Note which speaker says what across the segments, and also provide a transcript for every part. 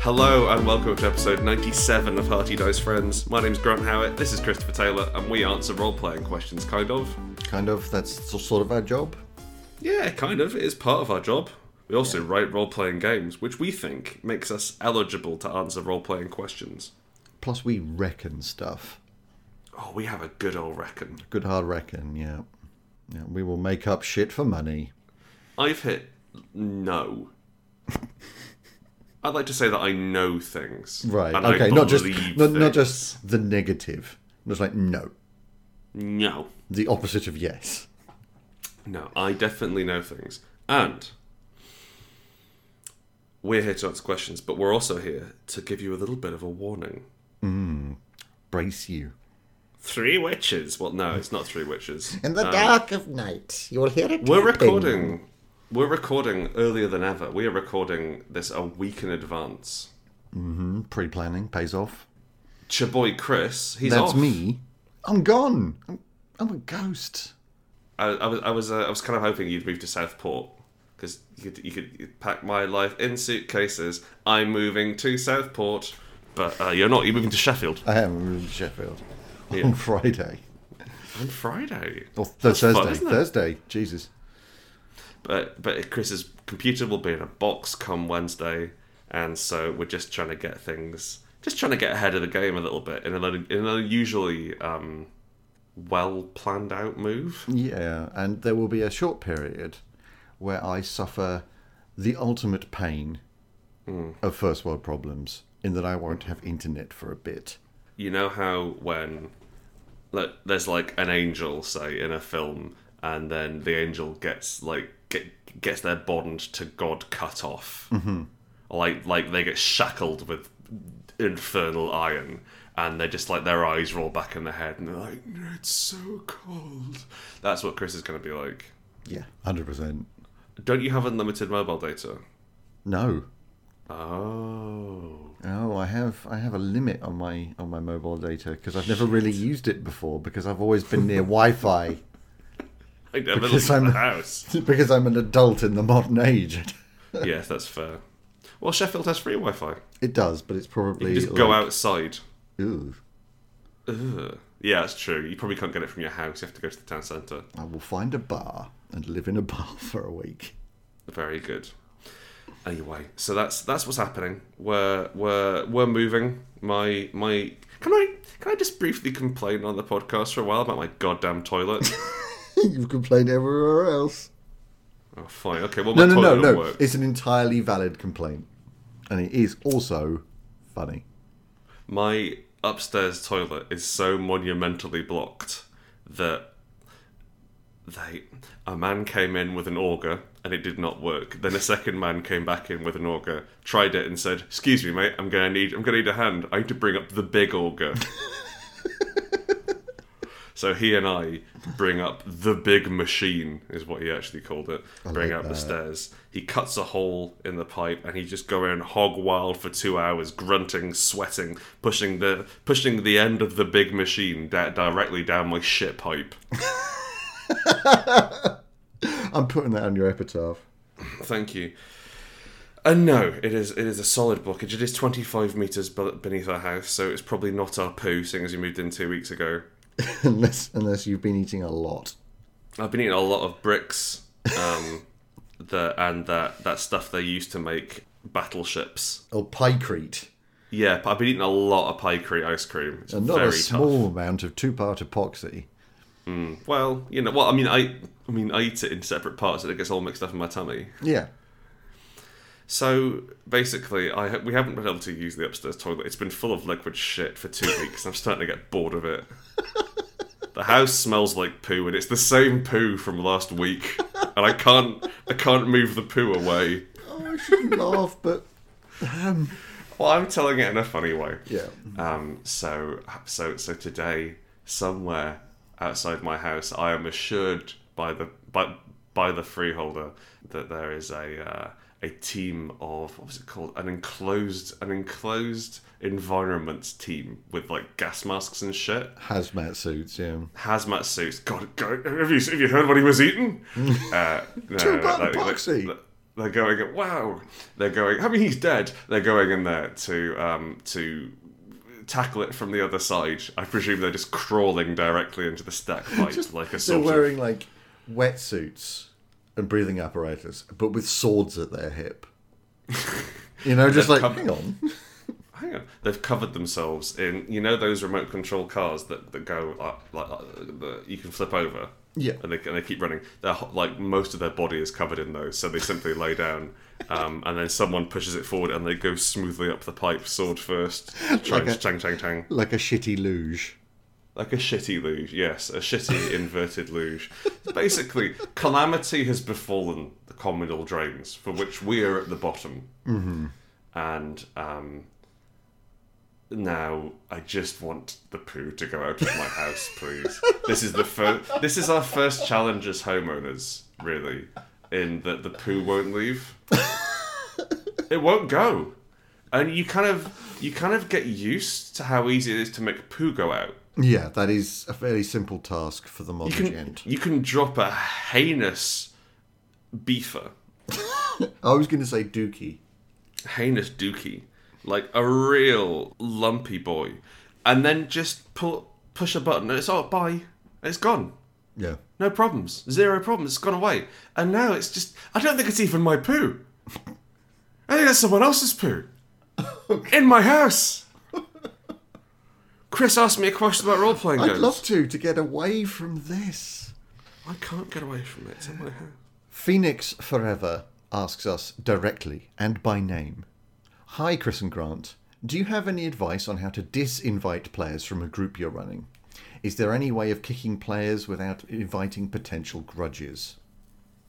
Speaker 1: Hello and welcome to episode 97 of Hearty Dice Friends. My name's Grant Howitt, this is Christopher Taylor, and we answer role playing questions, kind of.
Speaker 2: Kind of. That's sort of our job.
Speaker 1: Yeah, kind of. It is part of our job. We also write role playing games, which we think makes us eligible to answer role playing questions.
Speaker 2: Plus, we reckon stuff.
Speaker 1: Oh, we have a good old reckon.
Speaker 2: Good hard reckon. Yeah. Yeah. We will make up shit for money.
Speaker 1: I've hit no. I'd like to say that I know things.
Speaker 2: Right.
Speaker 1: and I
Speaker 2: okay. Not just
Speaker 1: believe
Speaker 2: not, not
Speaker 1: things.
Speaker 2: just the negative. Just like no,
Speaker 1: No.
Speaker 2: the opposite of yes.
Speaker 1: No, I definitely know things. And we're here to answer questions, but we're also here to give you a little bit of a warning.
Speaker 2: Brace you.
Speaker 1: Three witches. Well, no, it's not three witches.
Speaker 3: In the dark of night, you will hear it.
Speaker 1: We're
Speaker 3: tapping.
Speaker 1: recording. We're recording earlier than ever. We are recording this a week in advance.
Speaker 2: Pre-planning pays off.
Speaker 1: Chaboy Chris, he's
Speaker 2: That's
Speaker 1: off.
Speaker 2: me. I'm gone. I'm, I'm a ghost.
Speaker 1: I, I was, I was, uh, I was kind of hoping you'd move to Southport because you could, you could you'd pack my life in suitcases. I'm moving to Southport, but uh, you're not. You're moving to Sheffield.
Speaker 2: I am in Sheffield
Speaker 1: Yeah.
Speaker 2: on Friday
Speaker 1: on Friday.
Speaker 2: or th- Thursday.
Speaker 1: fun, isn't it?
Speaker 2: Thursday. Jesus.
Speaker 1: But but Chris's computer will be in a box come Wednesday, and so we're just trying to get things, just trying to get ahead of the game a little bit in an un- in an unusually um, well planned out move.
Speaker 2: Yeah, and there will be a short period where I suffer the ultimate pain of first world problems in that I won't have internet for a bit.
Speaker 1: You know how when like, there's like an angel say in a film, and then the angel gets like get, gets their bond to God cut off, mm-hmm. like like they get shackled with infernal iron, and they're just like their eyes roll back in their head, and they're like, "It's so cold." That's what Chris is going to be like.
Speaker 2: Yeah. 100%.
Speaker 1: Don't you have unlimited mobile data?
Speaker 2: No.
Speaker 1: Oh,
Speaker 2: Oh, I have I have a limit on my on my mobile data because I've never really used it before because I've always been near Wi-Fi
Speaker 1: I never
Speaker 2: Because
Speaker 1: leave the
Speaker 2: I'm-
Speaker 1: house.
Speaker 2: because I'm an adult in the modern age.
Speaker 1: yes, that's fair. Well, Sheffield has free Wi-Fi.
Speaker 2: It does, but it's probably
Speaker 1: You just
Speaker 2: like,
Speaker 1: go outside.
Speaker 2: Ooh,
Speaker 1: Ugh. Yeah, that's true. You probably can't get it from your house. You have to go to the town centre.
Speaker 2: I will find a bar and live in a bar for a week.
Speaker 1: Very good. Anyway, so that's that's what's happening. We're we're we're moving. My my. Can I can I just briefly complain on the podcast for a while about my goddamn toilet?
Speaker 2: You've complained everywhere else.
Speaker 1: oh, fine. Okay. Well, my
Speaker 2: No, no, no,
Speaker 1: toilet will
Speaker 2: no.
Speaker 1: work.
Speaker 2: It's an entirely valid complaint, and it is also funny.
Speaker 1: my upstairs toilet is so monumentally blocked that they a man came in with an auger and it did not work. Then a second man came back in with an auger, tried it and said, "Excuse me, mate, I'm gonna need I'm gonna need a hand. I need to bring up the big auger." so he and I bring up the big machine is what he actually called it. bring
Speaker 2: like
Speaker 1: up the
Speaker 2: that.
Speaker 1: stairs. He cuts a hole in the pipe and he just go in hog wild for two hours, grunting, sweating, pushing the pushing the end of the big machine da- directly down my shit pipe.
Speaker 2: I'm putting that on your epitaph.
Speaker 1: Thank you. And no, it is it is a solid blockage. It is 25 meters be- beneath our house, so it's probably not our poo, seeing as we moved in two weeks ago.
Speaker 2: unless, unless you've been eating a lot.
Speaker 1: I've been eating a lot of bricks, um, the and that that stuff they used to make battleships.
Speaker 2: Oh, pycrete,
Speaker 1: Yeah, but I've been eating a lot of Pykrete ice cream. It's
Speaker 2: and not
Speaker 1: very
Speaker 2: a small amount of two-part epoxy.
Speaker 1: tough. Well, you know, well, I mean, I, I mean, I eat it in separate parts, and it gets all mixed up in my tummy.
Speaker 2: Yeah,
Speaker 1: So basically, I ha- we haven't been able to use the upstairs toilet. It's been full of liquid shit for two weeks. I'm starting to get bored of it. the house smells like poo, and it's the same poo from last week. And I can't, I can't move the poo away.
Speaker 2: oh, I shouldn't laugh, but um,
Speaker 1: Well, I'm telling it in a funny way.
Speaker 2: yeah,
Speaker 1: Um, so, so, so today, somewhere outside my house, I am assured by the by by the freeholder that there is a uh, a team of what was it called? An enclosed an enclosed environments team with like gas masks and shit,
Speaker 2: hazmat suits. Yeah,
Speaker 1: hazmat suits. God, God have you have you heard what he was eating? uh, no,
Speaker 2: Two-part
Speaker 1: like- like-
Speaker 2: epoxy.
Speaker 1: like- They're going, wow. They're going. I mean, he's dead. They're going in there to um, to tackle it from the other side. I presume they're just crawling directly into the stack fight, like a
Speaker 2: They're
Speaker 1: sort of
Speaker 2: wearing like wetsuits and breathing apparatus, but with swords at their hip. You know, just like
Speaker 1: come-
Speaker 2: hang on.
Speaker 1: hang on. They've covered themselves in you know those remote control cars that, that go up, like uh, that you can flip over.
Speaker 2: Yeah.
Speaker 1: and they, and they keep running. Their ho- like most of their body is covered in those, so they simply lay down, um, and then someone pushes it forward, and they go smoothly up the pipe, sword first, trying
Speaker 2: Like a-
Speaker 1: chang chang chang,
Speaker 2: Like a shitty luge.
Speaker 1: like a shitty luge. Yes, a shitty inverted luge. Basically, calamity has befallen the communal drains, for which we are at the bottom, mm-hmm. and um, now I just want the poo to go out of my house, please. this is the first. This is our first challenge as homeowners, really, in that the poo won't leave. it won't go, and you kind of you kind of get used to how easy it is to make poo go out.
Speaker 2: Yeah, that is a fairly simple task for the modern
Speaker 1: You can,
Speaker 2: gent.
Speaker 1: you can drop a heinous beefer,
Speaker 2: I was going to say dookie.
Speaker 1: heinous dookie, like a real lumpy boy, and then just pull, push a button and it's oh bye, and it's gone.
Speaker 2: Yeah.
Speaker 1: No problems, zero problems. It's gone away, and now it's just I don't think it's even my poo. I think that's someone else's poo in my house. Chris asked me a question about role playing
Speaker 2: I'd
Speaker 1: games.
Speaker 2: love to to get away from this.
Speaker 1: I can't get away from it. It's in my house.
Speaker 2: Phoenix Forever asks us directly and by name. Hi, Chris and Grant. Do you have any advice on how to disinvite players from a group you're running? Is there any way of kicking players without inviting potential grudges?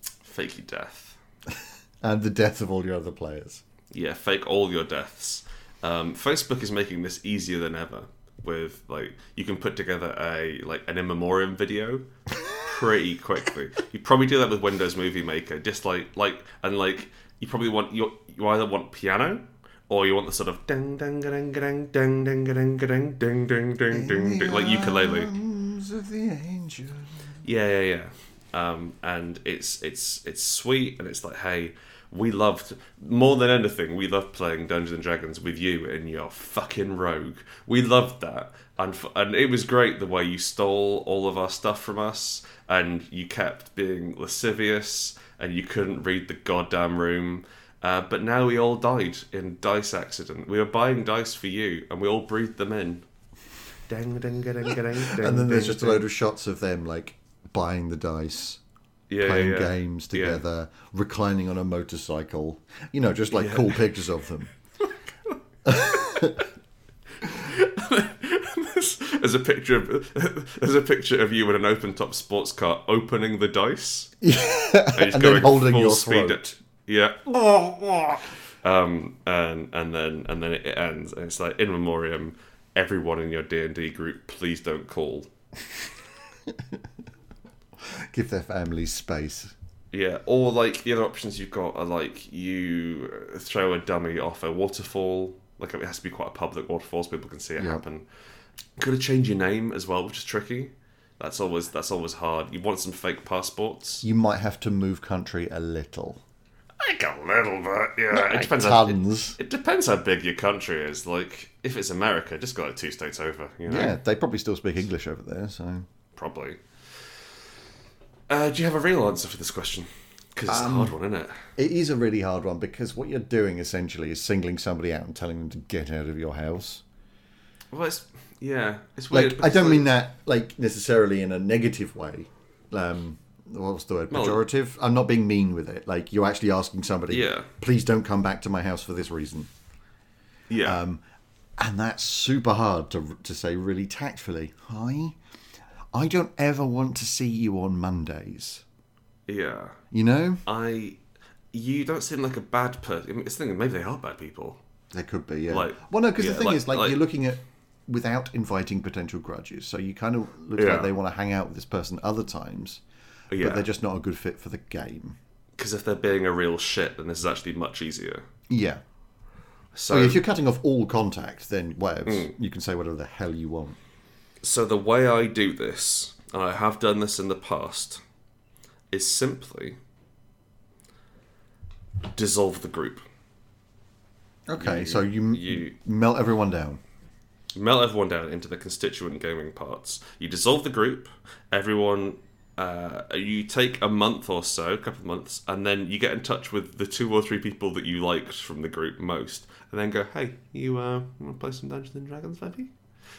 Speaker 1: Fakey death.
Speaker 2: And the death of all your other players.
Speaker 1: yeah, fake all your deaths. Um, Facebook is making this easier than ever. With like, you can put together a like an in memoriam video pretty quickly. you probably do that with Windows Movie Maker. Just like like and like, you probably want you you either want piano or you want the sort of ding ding ding ding ding ding ding ding ding ding ding ding ding like ukulele.
Speaker 2: Arms of the angel.
Speaker 1: Yeah, yeah, yeah. Um, and it's it's it's sweet, and it's like, hey, we loved more than anything. We loved playing Dungeons and Dragons with you and your fucking rogue. We loved that, and f- and it was great the way you stole all of our stuff from us, and you kept being lascivious, and you couldn't read the goddamn room. Uh, but now we all died in dice accident. We were buying dice for you, and we all breathed them in. Dang, ding, ding, ding, ding,
Speaker 2: And then there's just a load of shots of them like buying the dice,
Speaker 1: yeah, yeah,
Speaker 2: playing
Speaker 1: yeah.
Speaker 2: games
Speaker 1: Yeah.
Speaker 2: together, reclining on a motorcycle. You know, just like cool pictures of them.
Speaker 1: There's a picture of there's a picture of you in an open top sports car opening the dice and,
Speaker 2: And then holding your throat.
Speaker 1: at- yeah. Um, and and then and then it ends and it's like in memoriam. Everyone in your D and D group, please don't call.
Speaker 2: Give their families space.
Speaker 1: Yeah, or like the other options you've got are like you throw a dummy off a waterfall. Like it has to be quite a public waterfall so people can see it happen. Could have changed your name as well, which is tricky. That's always that's always hard. You want some fake passports.
Speaker 2: You might have to move country a little.
Speaker 1: Like a little bit, yeah. It depends. How, it,
Speaker 2: Tons.
Speaker 1: it depends how big your country is. Like if it's America, just go like two states over. You know,
Speaker 2: Yeah, they probably still speak English over there, so.
Speaker 1: probably. Uh, do you have a real answer for this question? Because it's a
Speaker 2: Um,
Speaker 1: hard one, isn't it?
Speaker 2: It is a really hard one because what you're doing essentially is singling somebody out and telling them to get out of your house.
Speaker 1: Well, it's yeah, it's weird.
Speaker 2: Like, I
Speaker 1: because,
Speaker 2: don't
Speaker 1: like-
Speaker 2: mean that like necessarily in a negative way. Um, what was the word? Pejorative. I'm not being mean with it. Like you're actually asking somebody,
Speaker 1: Yeah.
Speaker 2: please don't come back to my house for this reason. um,
Speaker 1: Yeah.
Speaker 2: And that's super hard to, to say really tactfully. Hi, I don't ever want to see you on Mondays.
Speaker 1: Yeah.
Speaker 2: You know?
Speaker 1: I. You don't seem like a bad person. I mean, it's the thing, maybe they are bad people.
Speaker 2: There could be, yeah.
Speaker 1: Like-
Speaker 2: well, no, because
Speaker 1: yeah,
Speaker 2: the thing
Speaker 1: like-
Speaker 2: is, like,
Speaker 1: like-
Speaker 2: you're looking at without inviting potential grudges. So you kind of looks
Speaker 1: Yeah.
Speaker 2: like they want to hang out with this person other times,
Speaker 1: Yeah.
Speaker 2: but they're just not a good fit for the game.
Speaker 1: Because if they're being a real shit, then this is actually much easier.
Speaker 2: Yeah.
Speaker 1: So, Hmm.
Speaker 2: Well, if you're cutting off all contact, then well, it's you can say whatever the hell you want.
Speaker 1: so the way I do this, and I have done this in the past, is simply dissolve the group.
Speaker 2: Okay, so you,
Speaker 1: you-
Speaker 2: melt everyone down.
Speaker 1: melt everyone down into the constituent gaming parts. You dissolve the group. Everyone, uh, you take a month or so, a couple of months, and then you get in touch with the two or three people that you liked from the group most, and then go, "Hey, you uh, want to play some Dungeons and Dragons, maybe?"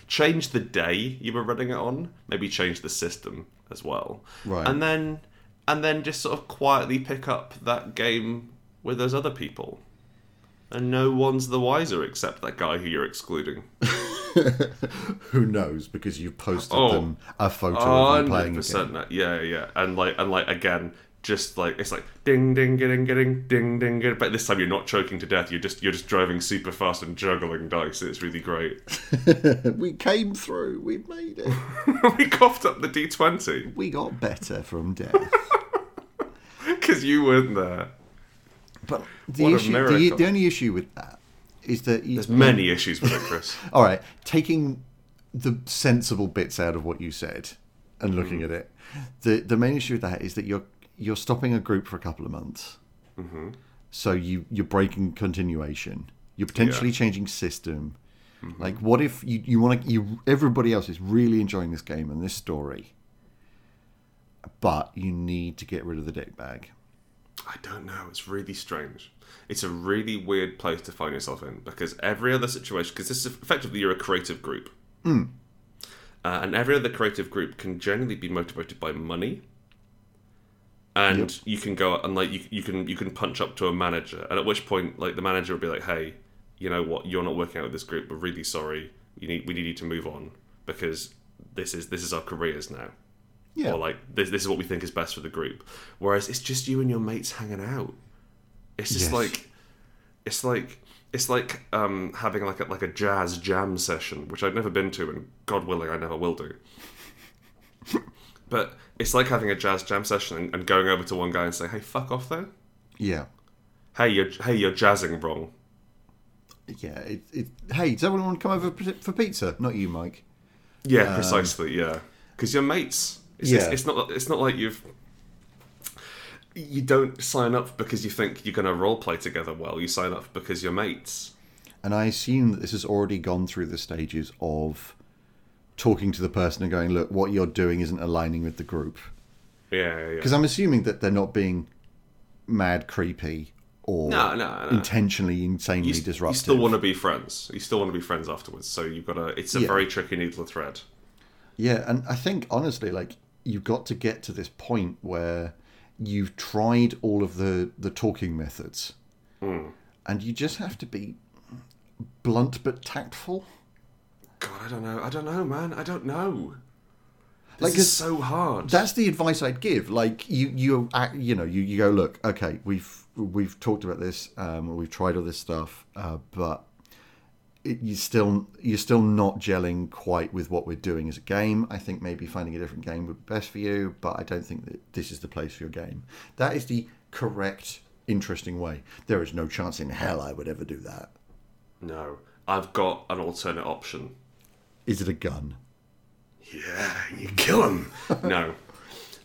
Speaker 1: Change the day you were running it on. Maybe change the system as well.
Speaker 2: Right.
Speaker 1: And then, and then just sort of quietly pick up that game with those other people. And no one's the wiser except that guy who you're excluding.
Speaker 2: Who knows? Because you posted
Speaker 1: Oh.
Speaker 2: them a photo of you
Speaker 1: hundred
Speaker 2: playing again.
Speaker 1: percent. Yeah, yeah, and like, and like again, just like it's like ding, ding, ding, ding, ding, ding, ding. But this time you're not choking to death. You're just you're just driving super fast and juggling dice. It's really great.
Speaker 2: we came through. We made it.
Speaker 1: we coughed up the d twenty
Speaker 2: We got better from death.
Speaker 1: because you weren't there.
Speaker 2: But the
Speaker 1: What a
Speaker 2: issue, the,
Speaker 1: miracle.
Speaker 2: the only issue with that is that you,
Speaker 1: There's many issues with it, Chris.
Speaker 2: all right, taking the sensible bits out of what you said and looking at it, the the main issue with that is that you're you're stopping a group for a couple of months, so you you're breaking continuation. You're potentially changing system. Like, what if you you want to? You everybody else is really enjoying this game and this story, but you need to get rid of the dick bag.
Speaker 1: I don't know. It's really strange. It's a really weird place to find yourself in because every other situation, because this is effectively you're a creative group, uh, and every other creative group can generally be motivated by money, and you can go out and like you, you can you can punch up to a manager, and at which point like the manager will be like, hey, you know what, you're not working out with this group. We're really sorry. You need we need you to move on because this is this is our careers now
Speaker 2: Yeah,
Speaker 1: or like this, this is what we think is best for the group whereas it's just you and your mates hanging out it's just
Speaker 2: Yes.
Speaker 1: like it's like it's like um, having like a, like a jazz jam session which i've never been to and god willing i never will do but it's like having a jazz jam session and, and going over to one guy and saying hey fuck off though
Speaker 2: yeah,
Speaker 1: hey you're hey you're jazzing wrong
Speaker 2: yeah. It, it, hey, does everyone want to come over p- for pizza? Not you, Mike.
Speaker 1: Yeah, precisely. Yeah, because you're mates. It's, it's,
Speaker 2: Yeah.
Speaker 1: it's not. It's not like you've. You don't sign up because you think you're going to roleplay together well. You sign up because you're mates.
Speaker 2: And I assume that this has already gone through the stages of talking to the person and going, look, what you're doing isn't aligning with the group.
Speaker 1: Yeah, yeah. yeah.
Speaker 2: Because I'm assuming that they're not being mad, creepy, or
Speaker 1: No, no, no.
Speaker 2: intentionally, insanely
Speaker 1: You s- you
Speaker 2: disruptive.
Speaker 1: still want to be friends. You still want to be friends afterwards. So you've got to. It's a
Speaker 2: Yeah.
Speaker 1: very tricky needle to thread.
Speaker 2: Yeah, and I think honestly, like you've got to get to this point where you've tried all of the the talking methods,
Speaker 1: Hmm.
Speaker 2: and you just have to be blunt but tactful.
Speaker 1: God, I don't know. I don't know, man. I don't know. This
Speaker 2: Like,
Speaker 1: like, is so hard.
Speaker 2: that's the advice I'd give. Like you, you, act- you know, you, you go look. Okay, we've we've talked about this. Um, we've tried all this stuff, uh, but it, you still you're still not gelling quite with what we're doing as a game. I think maybe finding a different game would be best for you, but I don't think that this is the place for your game. That is the correct, interesting way. There is no chance in hell I would ever do that.
Speaker 1: no, I've got an alternate option.
Speaker 2: Is it a gun?
Speaker 1: Yeah, you kill him. no.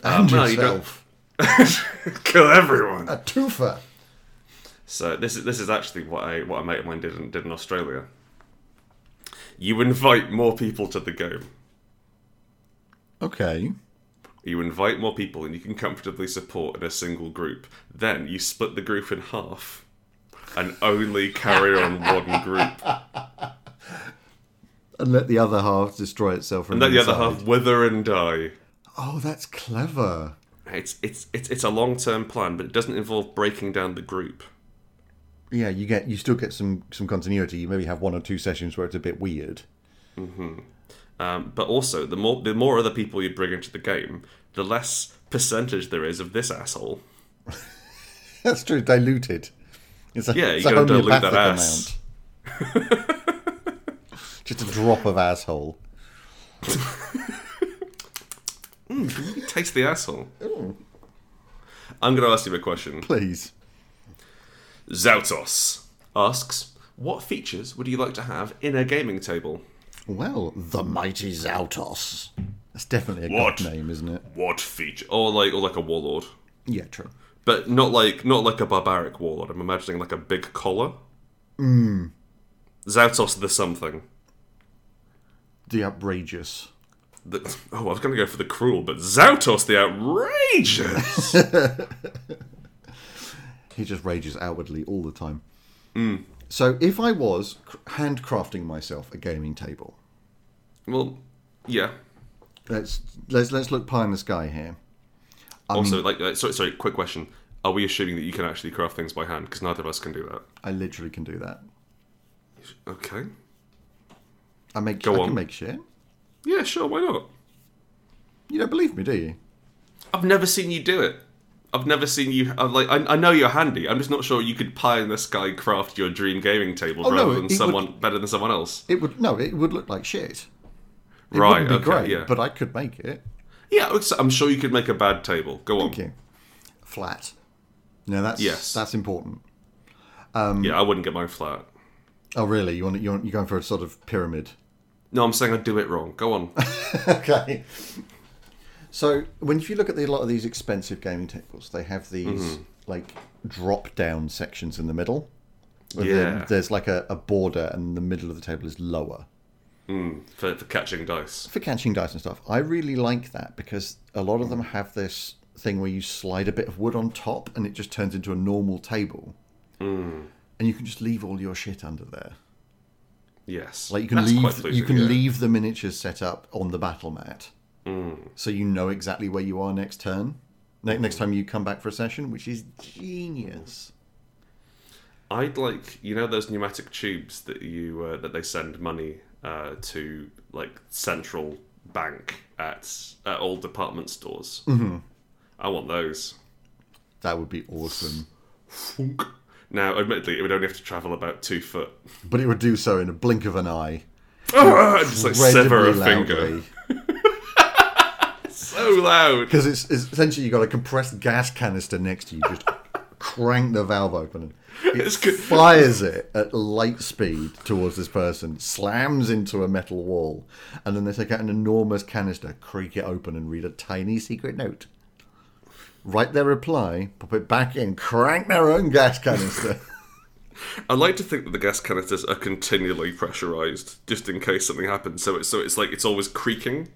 Speaker 1: Um,
Speaker 2: And
Speaker 1: no, you don't-
Speaker 2: yourself,
Speaker 1: kill everyone.
Speaker 2: a twofer.
Speaker 1: So this is this is actually what I what a mate of mine did in, did in Australia. You invite more people to the game.
Speaker 2: Okay.
Speaker 1: You invite more people, and you can comfortably support in a single group. Then you split the group in half, and only carry on one group.
Speaker 2: And let the other half destroy itself. from
Speaker 1: Let the other
Speaker 2: inside.
Speaker 1: half wither and die.
Speaker 2: Oh, that's clever.
Speaker 1: It's it's it's, it's a long term plan, but it doesn't involve breaking down the group.
Speaker 2: Yeah, you get you still get some some continuity. You maybe have one or two sessions where it's a bit weird.
Speaker 1: Um, but also, the more the more other people you bring into the game, the less percentage there is of this asshole.
Speaker 2: That's true. Diluted. It's a,
Speaker 1: Yeah, you
Speaker 2: it's a
Speaker 1: gotta dilute that
Speaker 2: homeopathic
Speaker 1: ass.
Speaker 2: amount. Just a drop of asshole.
Speaker 1: Taste the asshole. I'm going to ask you a question.
Speaker 2: Please.
Speaker 1: Zautos asks, what features would you like to have in a gaming table?
Speaker 2: Well, the mighty Zautos. That's definitely a
Speaker 1: What?
Speaker 2: god name, isn't it?
Speaker 1: What feature? Or like, or like a warlord.
Speaker 2: Yeah, true.
Speaker 1: but not like not like a barbaric warlord. I'm imagining like a big collar.
Speaker 2: Hmm.
Speaker 1: Mm. Zautos the something.
Speaker 2: The outrageous.
Speaker 1: The, oh, I was going to go for the cruel, but Zautos the outrageous.
Speaker 2: He just rages outwardly all the time.
Speaker 1: Mm.
Speaker 2: So if I was cr- handcrafting myself a gaming table,
Speaker 1: well, yeah.
Speaker 2: let's let's let's look pie in the sky here.
Speaker 1: also, like, uh, sorry, sorry. Quick question: Are we assuming that you can actually craft things by hand? Because neither of us can do that.
Speaker 2: I literally can do that.
Speaker 1: Okay.
Speaker 2: I make
Speaker 1: Go
Speaker 2: I
Speaker 1: on.
Speaker 2: can make shit.
Speaker 1: Yeah, sure. Why not?
Speaker 2: You don't believe me, do you?
Speaker 1: I've never seen you do it. I've never seen you. I'm like, I, I know you're handy. I'm just not sure you could pie in the sky craft your dream gaming table
Speaker 2: Oh, no,
Speaker 1: rather
Speaker 2: it
Speaker 1: than
Speaker 2: would-
Speaker 1: someone better than someone else.
Speaker 2: It would no, it would look like shit. It
Speaker 1: right.
Speaker 2: wouldn't be
Speaker 1: okay.
Speaker 2: great,
Speaker 1: yeah.
Speaker 2: but I could make it.
Speaker 1: yeah. it's- I'm sure you could make a bad table. Go on.
Speaker 2: Thank you. Flat. No, that's
Speaker 1: Yes.
Speaker 2: that's important. Um,
Speaker 1: Yeah. I wouldn't get mine flat.
Speaker 2: Oh, really? You want you want, you're going for a sort of pyramid?
Speaker 1: No, I'm saying I do it wrong. Go on.
Speaker 2: okay. So when if you look at the, a lot of these expensive gaming tables, they have these
Speaker 1: Mm-hmm.
Speaker 2: like drop down sections in the middle. where then
Speaker 1: Yeah.
Speaker 2: There's like a, a border, and the middle of the table is lower
Speaker 1: for, for catching dice.
Speaker 2: for catching dice and stuff. I really like that because a lot of them have this thing where you slide a bit of wood on top, and it just turns into a normal table. And you can just leave all your shit under there.
Speaker 1: Yes.
Speaker 2: Like you can
Speaker 1: That's
Speaker 2: leave
Speaker 1: quite
Speaker 2: you
Speaker 1: pleasing,
Speaker 2: can
Speaker 1: yeah.
Speaker 2: leave the miniatures set up on the battle mat, so you know exactly where you are next turn. Ne- next time you come back for a session, which is genius.
Speaker 1: I'd like you know those pneumatic tubes that you uh, that they send money uh, to like central bank at at all department stores. Mm-hmm. I want those.
Speaker 2: That would be awesome,
Speaker 1: Funk. Now, admittedly, it would only have to travel about two foot.
Speaker 2: but it would do so in a blink of an eye.
Speaker 1: Ah, just like sever a
Speaker 2: incredibly
Speaker 1: finger. So loud.
Speaker 2: because it's, it's essentially you got a compressed gas canister next to you. Just crank the valve open. and It
Speaker 1: It's good.
Speaker 2: fires it at light speed towards this person, slams into a metal wall, and then they take out an enormous canister, creak it open, and read a tiny secret note. Write their reply, pop it back in, crank their own gas canister.
Speaker 1: I like to think that the gas canisters are continually pressurized, just in case something happens. So it's so it's like it's always creaking.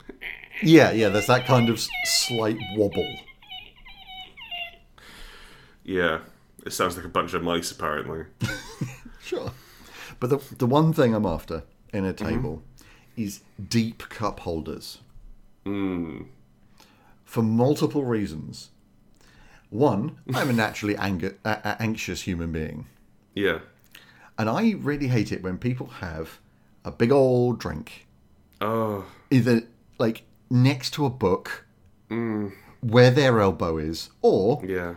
Speaker 2: yeah, yeah, there's that kind of s- slight wobble.
Speaker 1: Yeah, it sounds like a bunch of mice apparently.
Speaker 2: Sure. But the, the one thing I'm after in a table is deep cup holders. For multiple reasons. One, I'm a naturally anger, a- a- anxious human being.
Speaker 1: Yeah.
Speaker 2: And I really hate it when people have a big old drink,
Speaker 1: Oh.
Speaker 2: either like next to a book, where their elbow is, or
Speaker 1: Yeah.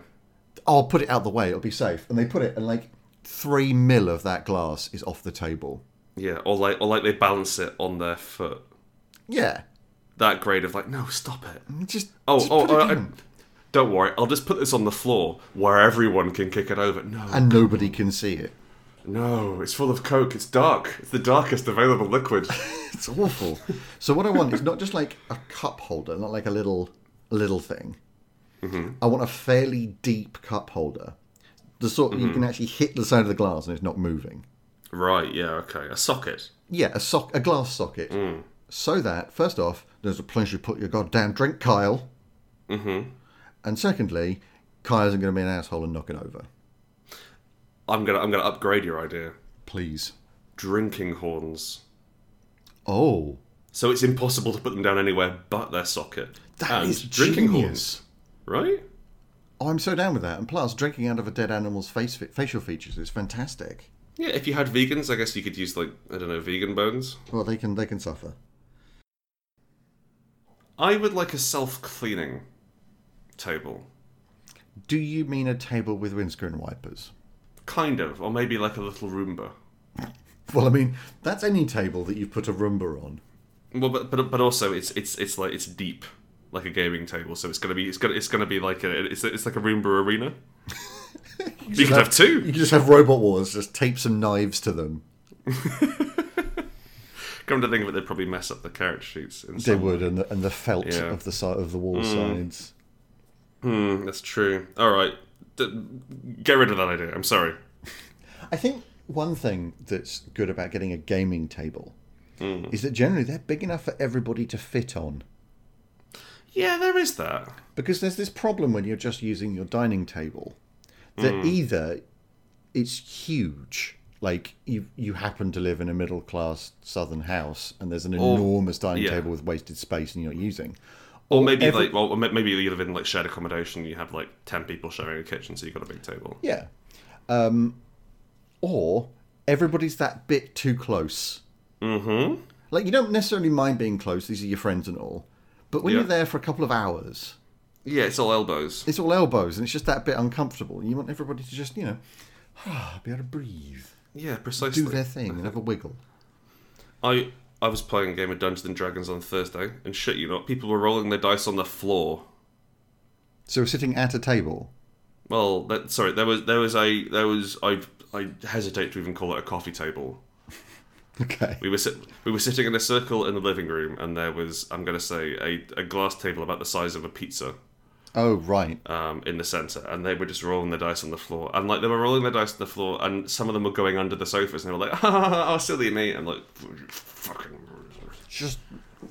Speaker 2: I'll put it out the way, it'll be safe. And they put it, and like three mil of that glass is off the table.
Speaker 1: Yeah, or like or like they balance it on their foot.
Speaker 2: Yeah.
Speaker 1: That grade of like, no, stop it.
Speaker 2: Just
Speaker 1: Oh,
Speaker 2: Mm. just
Speaker 1: oh,
Speaker 2: put it
Speaker 1: oh, I-
Speaker 2: down.
Speaker 1: don't worry, I'll just put this on the floor where everyone can kick it over. No,
Speaker 2: and nobody can see it.
Speaker 1: no, it's full of coke. It's dark. It's the darkest available liquid.
Speaker 2: It's awful. so what I want is not just like a cup holder, not like a little little thing.
Speaker 1: Mm-hmm.
Speaker 2: I want a fairly deep cup holder, the sort you
Speaker 1: Mm-hmm.
Speaker 2: can actually hit the side of the glass and it's not moving.
Speaker 1: right? Yeah. Okay. A socket.
Speaker 2: Yeah, a sock, a glass socket,
Speaker 1: Mm.
Speaker 2: so that first off, there's a place you put your goddamn drink, Kyle. Mm-hmm. And secondly, Kyle isn't going to be an asshole and knock it over.
Speaker 1: I'm gonna I'm gonna upgrade your idea.
Speaker 2: Please.
Speaker 1: Drinking horns.
Speaker 2: Oh,
Speaker 1: So it's impossible to put them down anywhere but their socket.
Speaker 2: that
Speaker 1: and
Speaker 2: is
Speaker 1: drinking
Speaker 2: genius.
Speaker 1: horns, right?
Speaker 2: Oh, I'm so down with that. And plus, drinking out of a dead animal's face facial features is fantastic.
Speaker 1: Yeah. If you had vegans, I guess you could use like I don't know vegan bones.
Speaker 2: Well, they can they can suffer.
Speaker 1: I would like a self cleaning table.
Speaker 2: Do you mean a table with windscreen wipers?
Speaker 1: Kind of, or maybe like a little Roomba.
Speaker 2: Well, I mean that's any table that you put a Roomba on.
Speaker 1: Well, but but, but also it's it's it's like it's deep, like a gaming table. So it's gonna be it's gonna it's gonna be like a it's it's like a Roomba arena. you could have
Speaker 2: You
Speaker 1: two.
Speaker 2: can just have robot wars. Just tape some knives to them.
Speaker 1: Come to think of it, they'd probably mess up the character sheets. In
Speaker 2: They
Speaker 1: some
Speaker 2: would, and the, and the felt
Speaker 1: Yeah. Mm.
Speaker 2: of the side of the wall sides.
Speaker 1: Hmm, that's Mm, true. All right, d- get rid of that idea. I'm sorry.
Speaker 2: I think one thing that's good about getting a gaming table
Speaker 1: Mm.
Speaker 2: is that generally they're big enough for everybody to fit on.
Speaker 1: Yeah, there is that.
Speaker 2: Because there's this problem when you're just using your dining table that
Speaker 1: Hmm.
Speaker 2: either it's huge, like you you happen to live in a middle class southern house and there's an enormous dining
Speaker 1: Oh, yeah.
Speaker 2: table with wasted space and you're not using,
Speaker 1: Or maybe
Speaker 2: every-
Speaker 1: like, well, ma- maybe you live in like shared accommodation. You have like ten people sharing a kitchen, so you have got a big table.
Speaker 2: yeah, um, or everybody's that bit too close. Mm-hmm. Like you don't necessarily mind being close; these are your friends and all. But when
Speaker 1: Yeah.
Speaker 2: you're there for a couple of hours,
Speaker 1: Yeah, it's all elbows.
Speaker 2: it's all elbows and it's just that bit uncomfortable. You want everybody to just, you know, be able to breathe,
Speaker 1: Yeah, precisely.
Speaker 2: do their thing, and have a wiggle.
Speaker 1: I I was playing a game of Dungeons and Dragons on Thursday, and shit, you not, people were rolling their dice on the floor.
Speaker 2: So we're sitting at a table.
Speaker 1: Well, that, sorry, there was there was a there was I I hesitate to even call it a coffee table.
Speaker 2: Okay.
Speaker 1: We were sit, we were sitting in a circle in the living room, and there was I'm going to say a, a glass table about the size of a pizza
Speaker 2: Oh, right.
Speaker 1: um, in the center, and they were just rolling their dice on the floor, and like they were rolling their dice on the floor, and some of them were going under the sofas, and they were like, "Oh, silly me!" I'm like, "Fucking."
Speaker 2: Just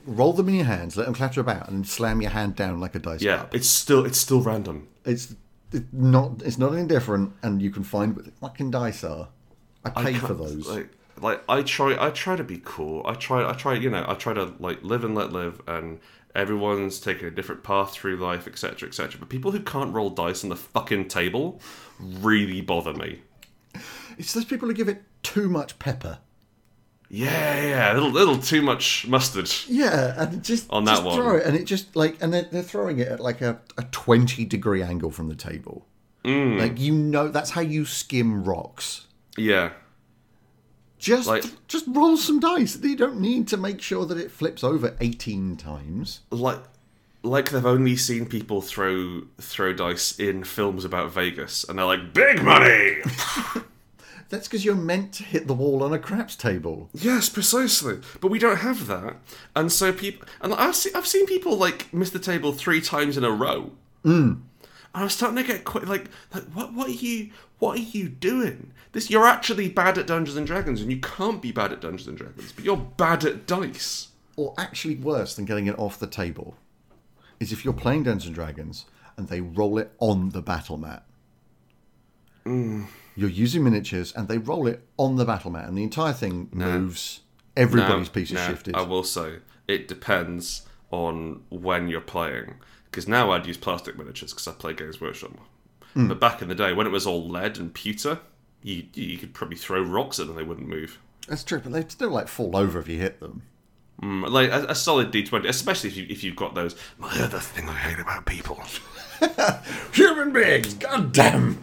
Speaker 2: roll them in your hands, let them clatter about, and slam your hand down like a dice
Speaker 1: Yeah,
Speaker 2: cup.
Speaker 1: it's still it's still random.
Speaker 2: It's it's not it's not any different, and you can find what the fucking dice are. I pay for
Speaker 1: can't-
Speaker 2: those.
Speaker 1: Like, like I try, I try to be cool. I try, I try, you know, I try to like live and let live, and everyone's taking a different path through life, etc., etc. But people who can't roll dice on the fucking table really bother me.
Speaker 2: It's those people who give it too much pepper.
Speaker 1: Yeah, yeah, a little, little too much mustard.
Speaker 2: Yeah, and it just
Speaker 1: On that
Speaker 2: just
Speaker 1: one.
Speaker 2: throw it, and it just like, and they're, they're throwing it at like a, a twenty degree angle from the table.
Speaker 1: Mm.
Speaker 2: Like you know, that's how you skim rocks.
Speaker 1: Yeah,
Speaker 2: Just
Speaker 1: Like-
Speaker 2: just roll some dice. You don't need to make sure that it flips over eighteen times.
Speaker 1: like. Like they've only seen people throw throw dice in films about Vegas, and they're like, "Big money!"
Speaker 2: That's because you're meant to hit the wall on a craps table.
Speaker 1: Yes, precisely. But we don't have that, and so people and I've seen I've seen people like miss the table three times in a row. And I'm starting to get quite like like what what are you what are you doing? This you're actually bad at Dungeons and Dragons, and you can't be bad at Dungeons and Dragons, but you're bad at dice.
Speaker 2: Or actually, worse than getting it off the table is if you're playing Dungeons and Dragons and they roll it on the battle mat. You're using miniatures and they roll it on the battle mat, and the entire thing moves. Everybody's
Speaker 1: Now-
Speaker 2: pieces
Speaker 1: Um, now,
Speaker 2: shifted.
Speaker 1: I will say it depends on when you're playing. Because now I'd use plastic miniatures because I play Games Workshop. But back in the day, when it was all lead and pewter, you you could probably throw rocks at them; they wouldn't move.
Speaker 2: That's true, but they still like fall over if you hit them.
Speaker 1: Mm, Like a, a solid D twenty, especially if you if you've got those. My other thing I hate about people
Speaker 2: Human beings, goddamn!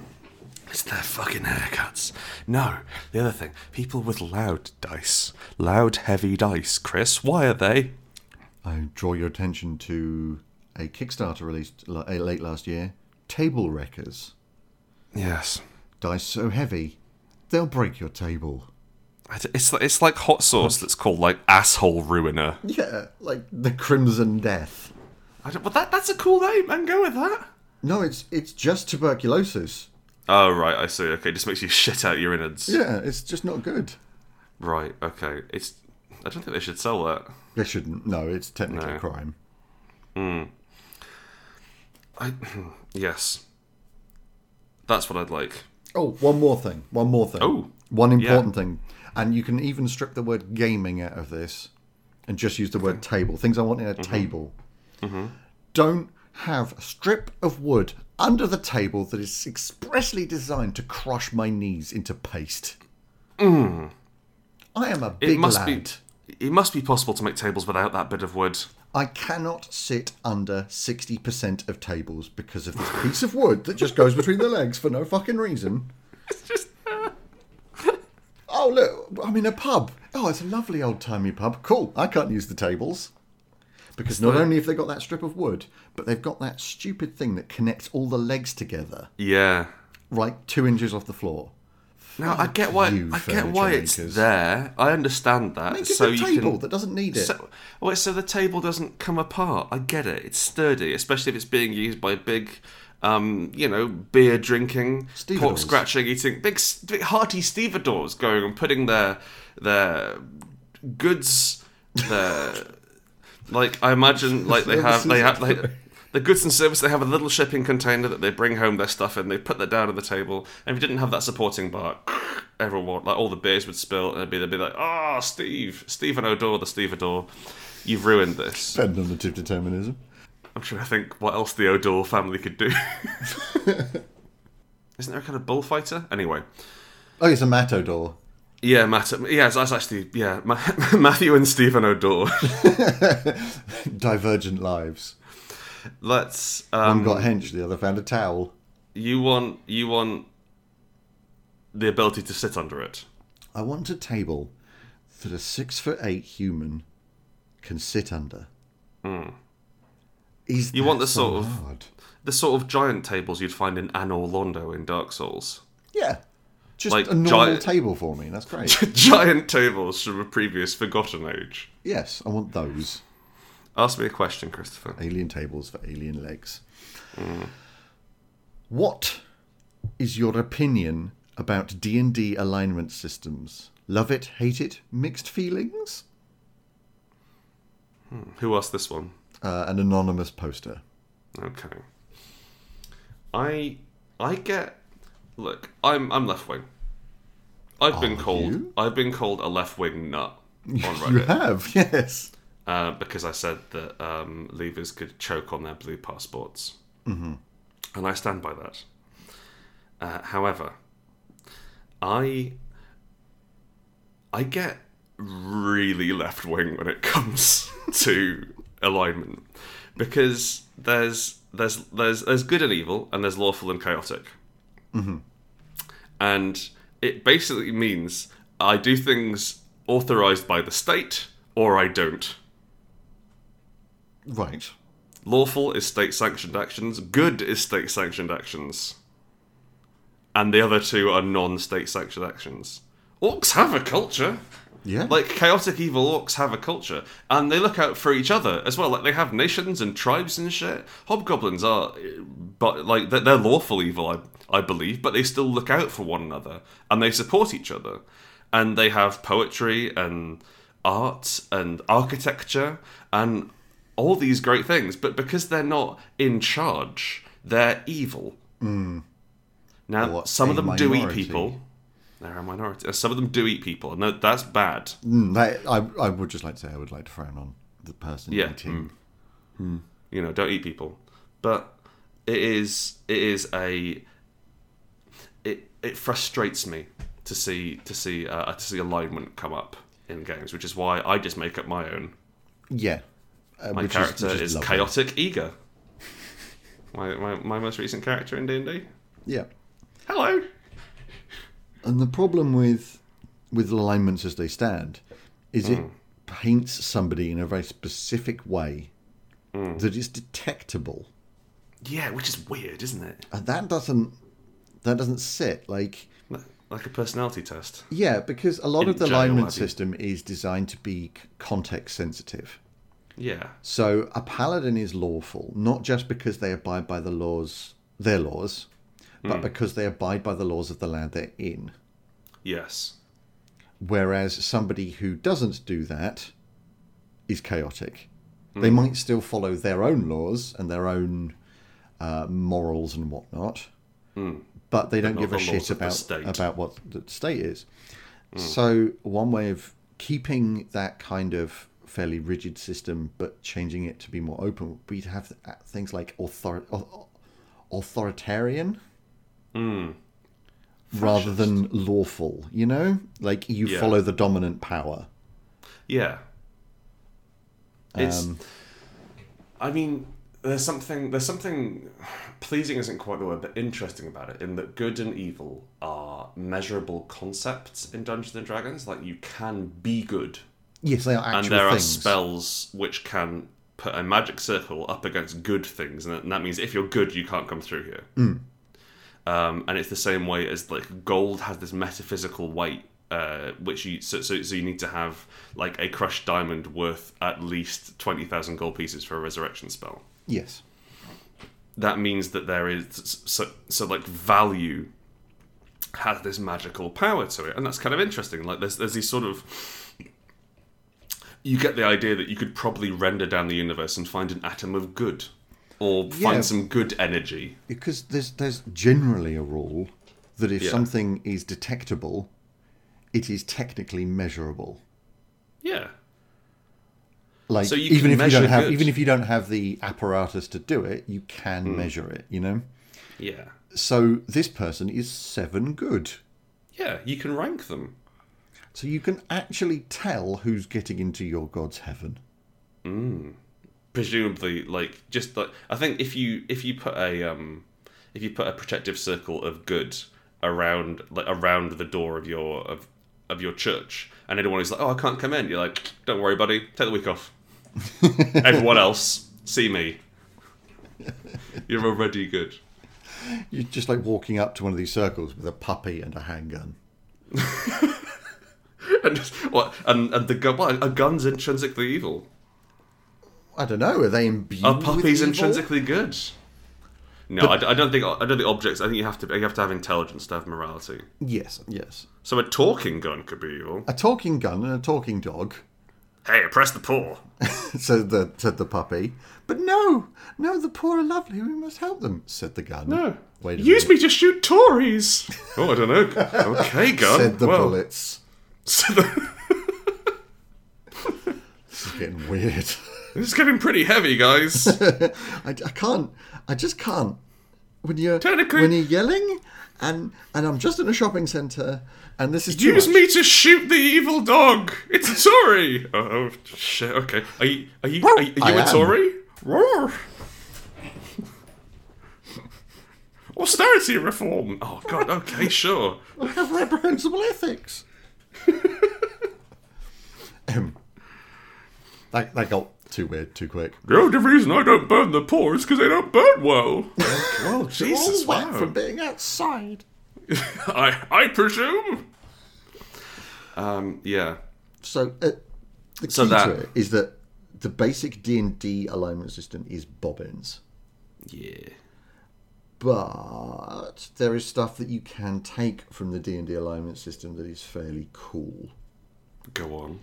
Speaker 1: is their fucking haircuts. No, the other thing, people with loud dice, loud heavy dice. Chris, why are they?
Speaker 2: I draw your attention to a Kickstarter released li- uh, late last year. Table wreckers,
Speaker 1: Yes,
Speaker 2: dice so heavy they'll break your table.
Speaker 1: I d- it's like, it's like hot sauce that's called like asshole ruiner.
Speaker 2: Yeah, like the Crimson Death.
Speaker 1: I don't, but that that's a cool name. I can go with that.
Speaker 2: No, it's it's just tuberculosis.
Speaker 1: Oh right, I see. Okay, just makes you shit out your innards.
Speaker 2: Yeah, it's just not good.
Speaker 1: Right. Okay. It's. I don't think they should sell that.
Speaker 2: They shouldn't. No, it's technically
Speaker 1: No.
Speaker 2: a crime.
Speaker 1: I. yes. That's what I'd like.
Speaker 2: Oh, one more thing. One more thing.
Speaker 1: Oh,
Speaker 2: One important thing. And you can even strip the word gaming out of this and just use the word table. Things I want in a
Speaker 1: Mm-hmm.
Speaker 2: table. Don't have a strip of wood under the table that is expressly designed to crush my knees into paste. I am a big
Speaker 1: Mm. it must
Speaker 2: lad.
Speaker 1: be it must be possible to make tables without that bit of wood
Speaker 2: I cannot sit under 60% of tables because of this piece of wood that just goes between the legs for no fucking reason. It's just. oh, look, I'm in a pub. Oh, it's a lovely old timey pub. Cool, I can't use the tables. Because not only have they got that strip of wood, but they've got that stupid thing that connects all the legs together,
Speaker 1: yeah
Speaker 2: right two inches off the floor.
Speaker 1: now i get why
Speaker 2: you,
Speaker 1: i get why
Speaker 2: furniture
Speaker 1: it's
Speaker 2: makers.
Speaker 1: there i understand that
Speaker 2: Make it
Speaker 1: so
Speaker 2: a
Speaker 1: you
Speaker 2: table
Speaker 1: can
Speaker 2: that doesn't need it.
Speaker 1: so, well, so the table doesn't come apart i get it it's sturdy especially if it's being used by big um, you know, beer drinking, pork
Speaker 2: Stevedores.
Speaker 1: scratching, eating, big, s- big hearty stevedores going and putting their their goods, their like I imagine like they have they have like. The goods and service they have a little shipping container that they bring home their stuff in. They put that down on the table, and if you didn't have that supporting bar, everyone like all the beers would spill, and it'd be they'd be like, "Ah, Steve, Stephen O'Dore, the Stevedore, you've ruined this."
Speaker 2: And normative determinism.
Speaker 1: I'm trying to think what else the O'Dore family could do. Isn't there a kind of bullfighter? Anyway,
Speaker 2: Oh, it's a matador.
Speaker 1: yeah, Matt. Yeah, that's actually yeah, Ma- Matthew and Stephen O'Dore.
Speaker 2: Divergent lives.
Speaker 1: Let's.
Speaker 2: One
Speaker 1: Um,
Speaker 2: got hench, the other found a towel.
Speaker 1: you want you want the ability to sit under it.
Speaker 2: I want a table that a six foot eight human can sit under. Is
Speaker 1: Hmm. You
Speaker 2: that
Speaker 1: want the
Speaker 2: so
Speaker 1: sort of-
Speaker 2: hard?
Speaker 1: The sort of giant tables you'd find in Anor Londo in Dark Souls.
Speaker 2: yeah, just
Speaker 1: like
Speaker 2: a normal
Speaker 1: giant-
Speaker 2: table for me. That's great.
Speaker 1: giant tables from a previous forgotten age.
Speaker 2: yes, I want those
Speaker 1: Ask me a question, Christopher.
Speaker 2: alien tables for alien legs.
Speaker 1: Hmm.
Speaker 2: What is your opinion about D and D alignment systems? Love it, hate it, mixed feelings?
Speaker 1: Who asked this one?
Speaker 2: Uh, an anonymous poster.
Speaker 1: Okay. I I get look, I'm I'm left wing. I've been
Speaker 2: Are
Speaker 1: called
Speaker 2: you?
Speaker 1: I've been called a left wing nut on
Speaker 2: You
Speaker 1: Reddit
Speaker 2: have, yes.
Speaker 1: uh, because I said that um, leavers could choke on their blue passports, mm-hmm. and I stand by that. Uh, however, I I get really left wing when it comes to alignment because there's there's there's there's good and evil and there's lawful and chaotic, and it basically means I do things authorized by the state or I don't.
Speaker 2: Right.
Speaker 1: Lawful is state sanctioned actions, good is state sanctioned actions. And the other two are non state sanctioned actions. Orcs have a culture.
Speaker 2: Yeah.
Speaker 1: Like chaotic evil orcs have a culture. And they look out for each other as well. Like they have nations and tribes and shit. Hobgoblins are but like they're, they're lawful evil, I I believe, but they still look out for one another and they support each other. And they have poetry and art and architecture and all these great things, but because they're not in charge, they're evil. Now,
Speaker 2: What
Speaker 1: some
Speaker 2: a
Speaker 1: of them do eat
Speaker 2: minority.
Speaker 1: people. They're a minority. Uh, Some of them do eat people, and that- that's bad.
Speaker 2: Mm, that- I, I would just like to say I would like to frown on the person
Speaker 1: Yeah, mm.
Speaker 2: eating.
Speaker 1: You know, don't eat people. But it is it is a it it frustrates me to see to see uh, to see alignment come up in games, which is why I just make up my own.
Speaker 2: Yeah. Uh,
Speaker 1: My
Speaker 2: which
Speaker 1: character
Speaker 2: which
Speaker 1: is,
Speaker 2: lovely.
Speaker 1: chaotic eager. My, my my most recent character in D and D.
Speaker 2: Yeah.
Speaker 1: Hello.
Speaker 2: And the problem with with alignments as they stand is
Speaker 1: Mm.
Speaker 2: it paints somebody in a very specific way
Speaker 1: Mm.
Speaker 2: that is detectable.
Speaker 1: Yeah, which is weird, isn't it?
Speaker 2: And that doesn't that doesn't sit like
Speaker 1: Like a personality test.
Speaker 2: yeah, because a lot
Speaker 1: In
Speaker 2: of the
Speaker 1: general,
Speaker 2: alignment
Speaker 1: I do.
Speaker 2: system is designed to be c- context sensitive.
Speaker 1: Yeah.
Speaker 2: So a paladin is lawful not just because they abide by the laws, their laws, but because they abide by the laws of the land they're in.
Speaker 1: Yes.
Speaker 2: Whereas somebody who doesn't do that is chaotic.
Speaker 1: Hmm.
Speaker 2: They might still follow their own laws and their own uh, morals and whatnot, but they don't
Speaker 1: Hmm. not
Speaker 2: give
Speaker 1: the
Speaker 2: a
Speaker 1: laws
Speaker 2: shit
Speaker 1: of the
Speaker 2: about
Speaker 1: state. Hmm.
Speaker 2: about what the state is. So one way of keeping that kind of fairly rigid system but changing it to be more open would be to have uh, things like author- au- authoritarian
Speaker 1: Hmm.
Speaker 2: rather than lawful, you know? Like you
Speaker 1: Yeah.
Speaker 2: follow the dominant power.
Speaker 1: Yeah. It's. I mean, there's something. There's something. Pleasing isn't quite the word, but interesting about it, in that good and evil are measurable concepts in Dungeons and Dragons. Like you can be good,
Speaker 2: Yes, they are actual
Speaker 1: and there
Speaker 2: things.
Speaker 1: are spells which can put a magic circle up against good things, and that- and that means if you're good, you can't come through here.
Speaker 2: Hmm.
Speaker 1: Um, and it's the same way as like gold has this metaphysical weight, uh, which you so, so so you need to have like a crushed diamond worth at least twenty thousand gold pieces for a resurrection spell.
Speaker 2: yes.
Speaker 1: that means that there is so so like value has this magical power to it, and that's kind of interesting. Like there's there's these sort of you get the idea that you could probably render down the universe and find an atom of good, or
Speaker 2: Yeah.
Speaker 1: find some good energy.
Speaker 2: because there's there's generally a rule that if
Speaker 1: Yeah.
Speaker 2: something is detectable, it is technically measurable.
Speaker 1: Yeah,
Speaker 2: Like
Speaker 1: So you can
Speaker 2: even if you don't
Speaker 1: measure
Speaker 2: have
Speaker 1: good.
Speaker 2: even if you don't have the apparatus to do it, you can
Speaker 1: Hmm.
Speaker 2: measure it. You know.
Speaker 1: yeah,
Speaker 2: So this person is seven good.
Speaker 1: yeah. You can rank them.
Speaker 2: So you can actually tell who's getting into your god's heaven.
Speaker 1: presumably like just like I think if you if you put a um if you put a protective circle of good around like around the door of your of of your church and anyone who's like oh I can't come in you're like don't worry buddy take the week off everyone else see me you're already good
Speaker 2: You're just like walking up to one of these circles with a puppy and a handgun.
Speaker 1: and just, what and and the gun well, a gun's intrinsically evil
Speaker 2: I don't know. Are they imbued?
Speaker 1: Are
Speaker 2: with
Speaker 1: puppies
Speaker 2: evil?
Speaker 1: intrinsically good? No, I, d- I don't think I don't think objects. I think you have to you have to have intelligence to have morality.
Speaker 2: Yes, yes.
Speaker 1: So a talking gun could be evil.
Speaker 2: A talking gun and a talking dog,
Speaker 1: Hey, press the paw.
Speaker 2: said the said the puppy. But no, no, the poor are lovely. We must help them, said the gun. No, wait a minute,
Speaker 1: me to shoot Tories. Oh, I don't know. Okay, gun.
Speaker 2: said the
Speaker 1: well,
Speaker 2: bullets.
Speaker 1: said the-
Speaker 2: This is getting weird.
Speaker 1: it's getting pretty heavy, guys.
Speaker 2: I, I can't. I just can't. When you're
Speaker 1: Technically-
Speaker 2: when you're yelling, and and I'm just in a shopping centre, and this is too much.
Speaker 1: me to shoot the evil dog. It's a Tory. Oh, oh, shit. Okay. Are you are you are, you- are
Speaker 2: I
Speaker 1: you a
Speaker 2: am.
Speaker 1: Tory? Roar. Austerity reform. Oh God. Okay, sure.
Speaker 2: I have reprehensible ethics. um, that, that got too weird too quick.
Speaker 1: The only reason I don't burn the poor is because they don't burn well. oh
Speaker 2: All
Speaker 1: Jesus!
Speaker 2: wet
Speaker 1: wow.
Speaker 2: from being outside.
Speaker 1: I I presume. Um. Yeah.
Speaker 2: So uh, the key
Speaker 1: So
Speaker 2: to
Speaker 1: that-
Speaker 2: it is that the basic D and D alignment system is bobbins,
Speaker 1: Yeah.
Speaker 2: but there is stuff that you can take from the D and D alignment system that is fairly cool.
Speaker 1: Go on.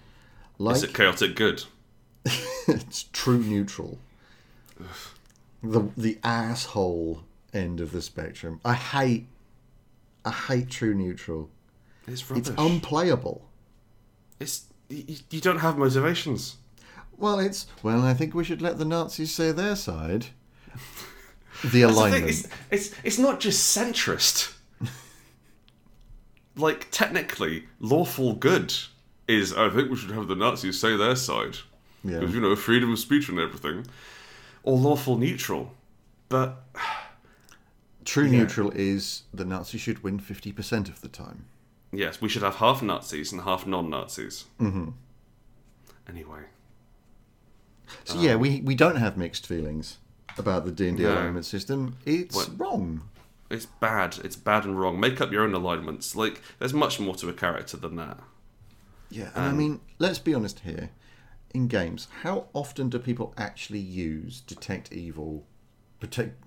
Speaker 2: Like
Speaker 1: Is it chaotic good?
Speaker 2: it's true neutral. The the asshole end of the spectrum. I hate I hate true neutral.
Speaker 1: It's um- rubbish.
Speaker 2: It's unplayable.
Speaker 1: it's you, you don't have motivations.
Speaker 2: Well, it's well. I think we should let the Nazis say their side. The alignment.
Speaker 1: It's, it's it's not just centrist. like technically, lawful good is. I think we should have the Nazis say their side
Speaker 2: Yeah.
Speaker 1: because you know freedom of speech and everything, or lawful neutral. But
Speaker 2: True neutral is the Nazis should win fifty percent of the time.
Speaker 1: yes, we should have half Nazis and half non-Nazis. Mm-hmm. Anyway.
Speaker 2: So yeah, we we don't have mixed feelings about the D and D
Speaker 1: Ah. No.
Speaker 2: alignment system. It's wrong.
Speaker 1: It's bad. It's bad and wrong. Make up your own alignments. Like, there's much more to a character than that.
Speaker 2: Yeah, and I mean, let's be honest here. In games, how often do people actually use detect evil, protect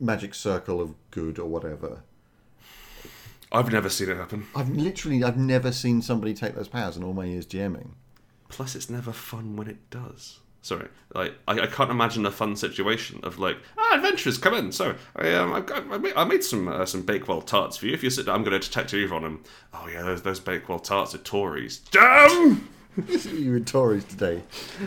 Speaker 2: magic circle of good or whatever?
Speaker 1: I've never seen it happen.
Speaker 2: I've literally I've never seen somebody take those powers in all my years GMing.
Speaker 1: Plus, it's never fun when it does. Sorry, like I, I can't imagine a fun situation of like, ah, adventurers come in. So I um, I, I, made, I made some uh, some Bakewell tarts for you. If you sit down, I'm going to detect evil on them. Oh yeah, those those Bakewell tarts are Tories. Damn.
Speaker 2: you were Tories today.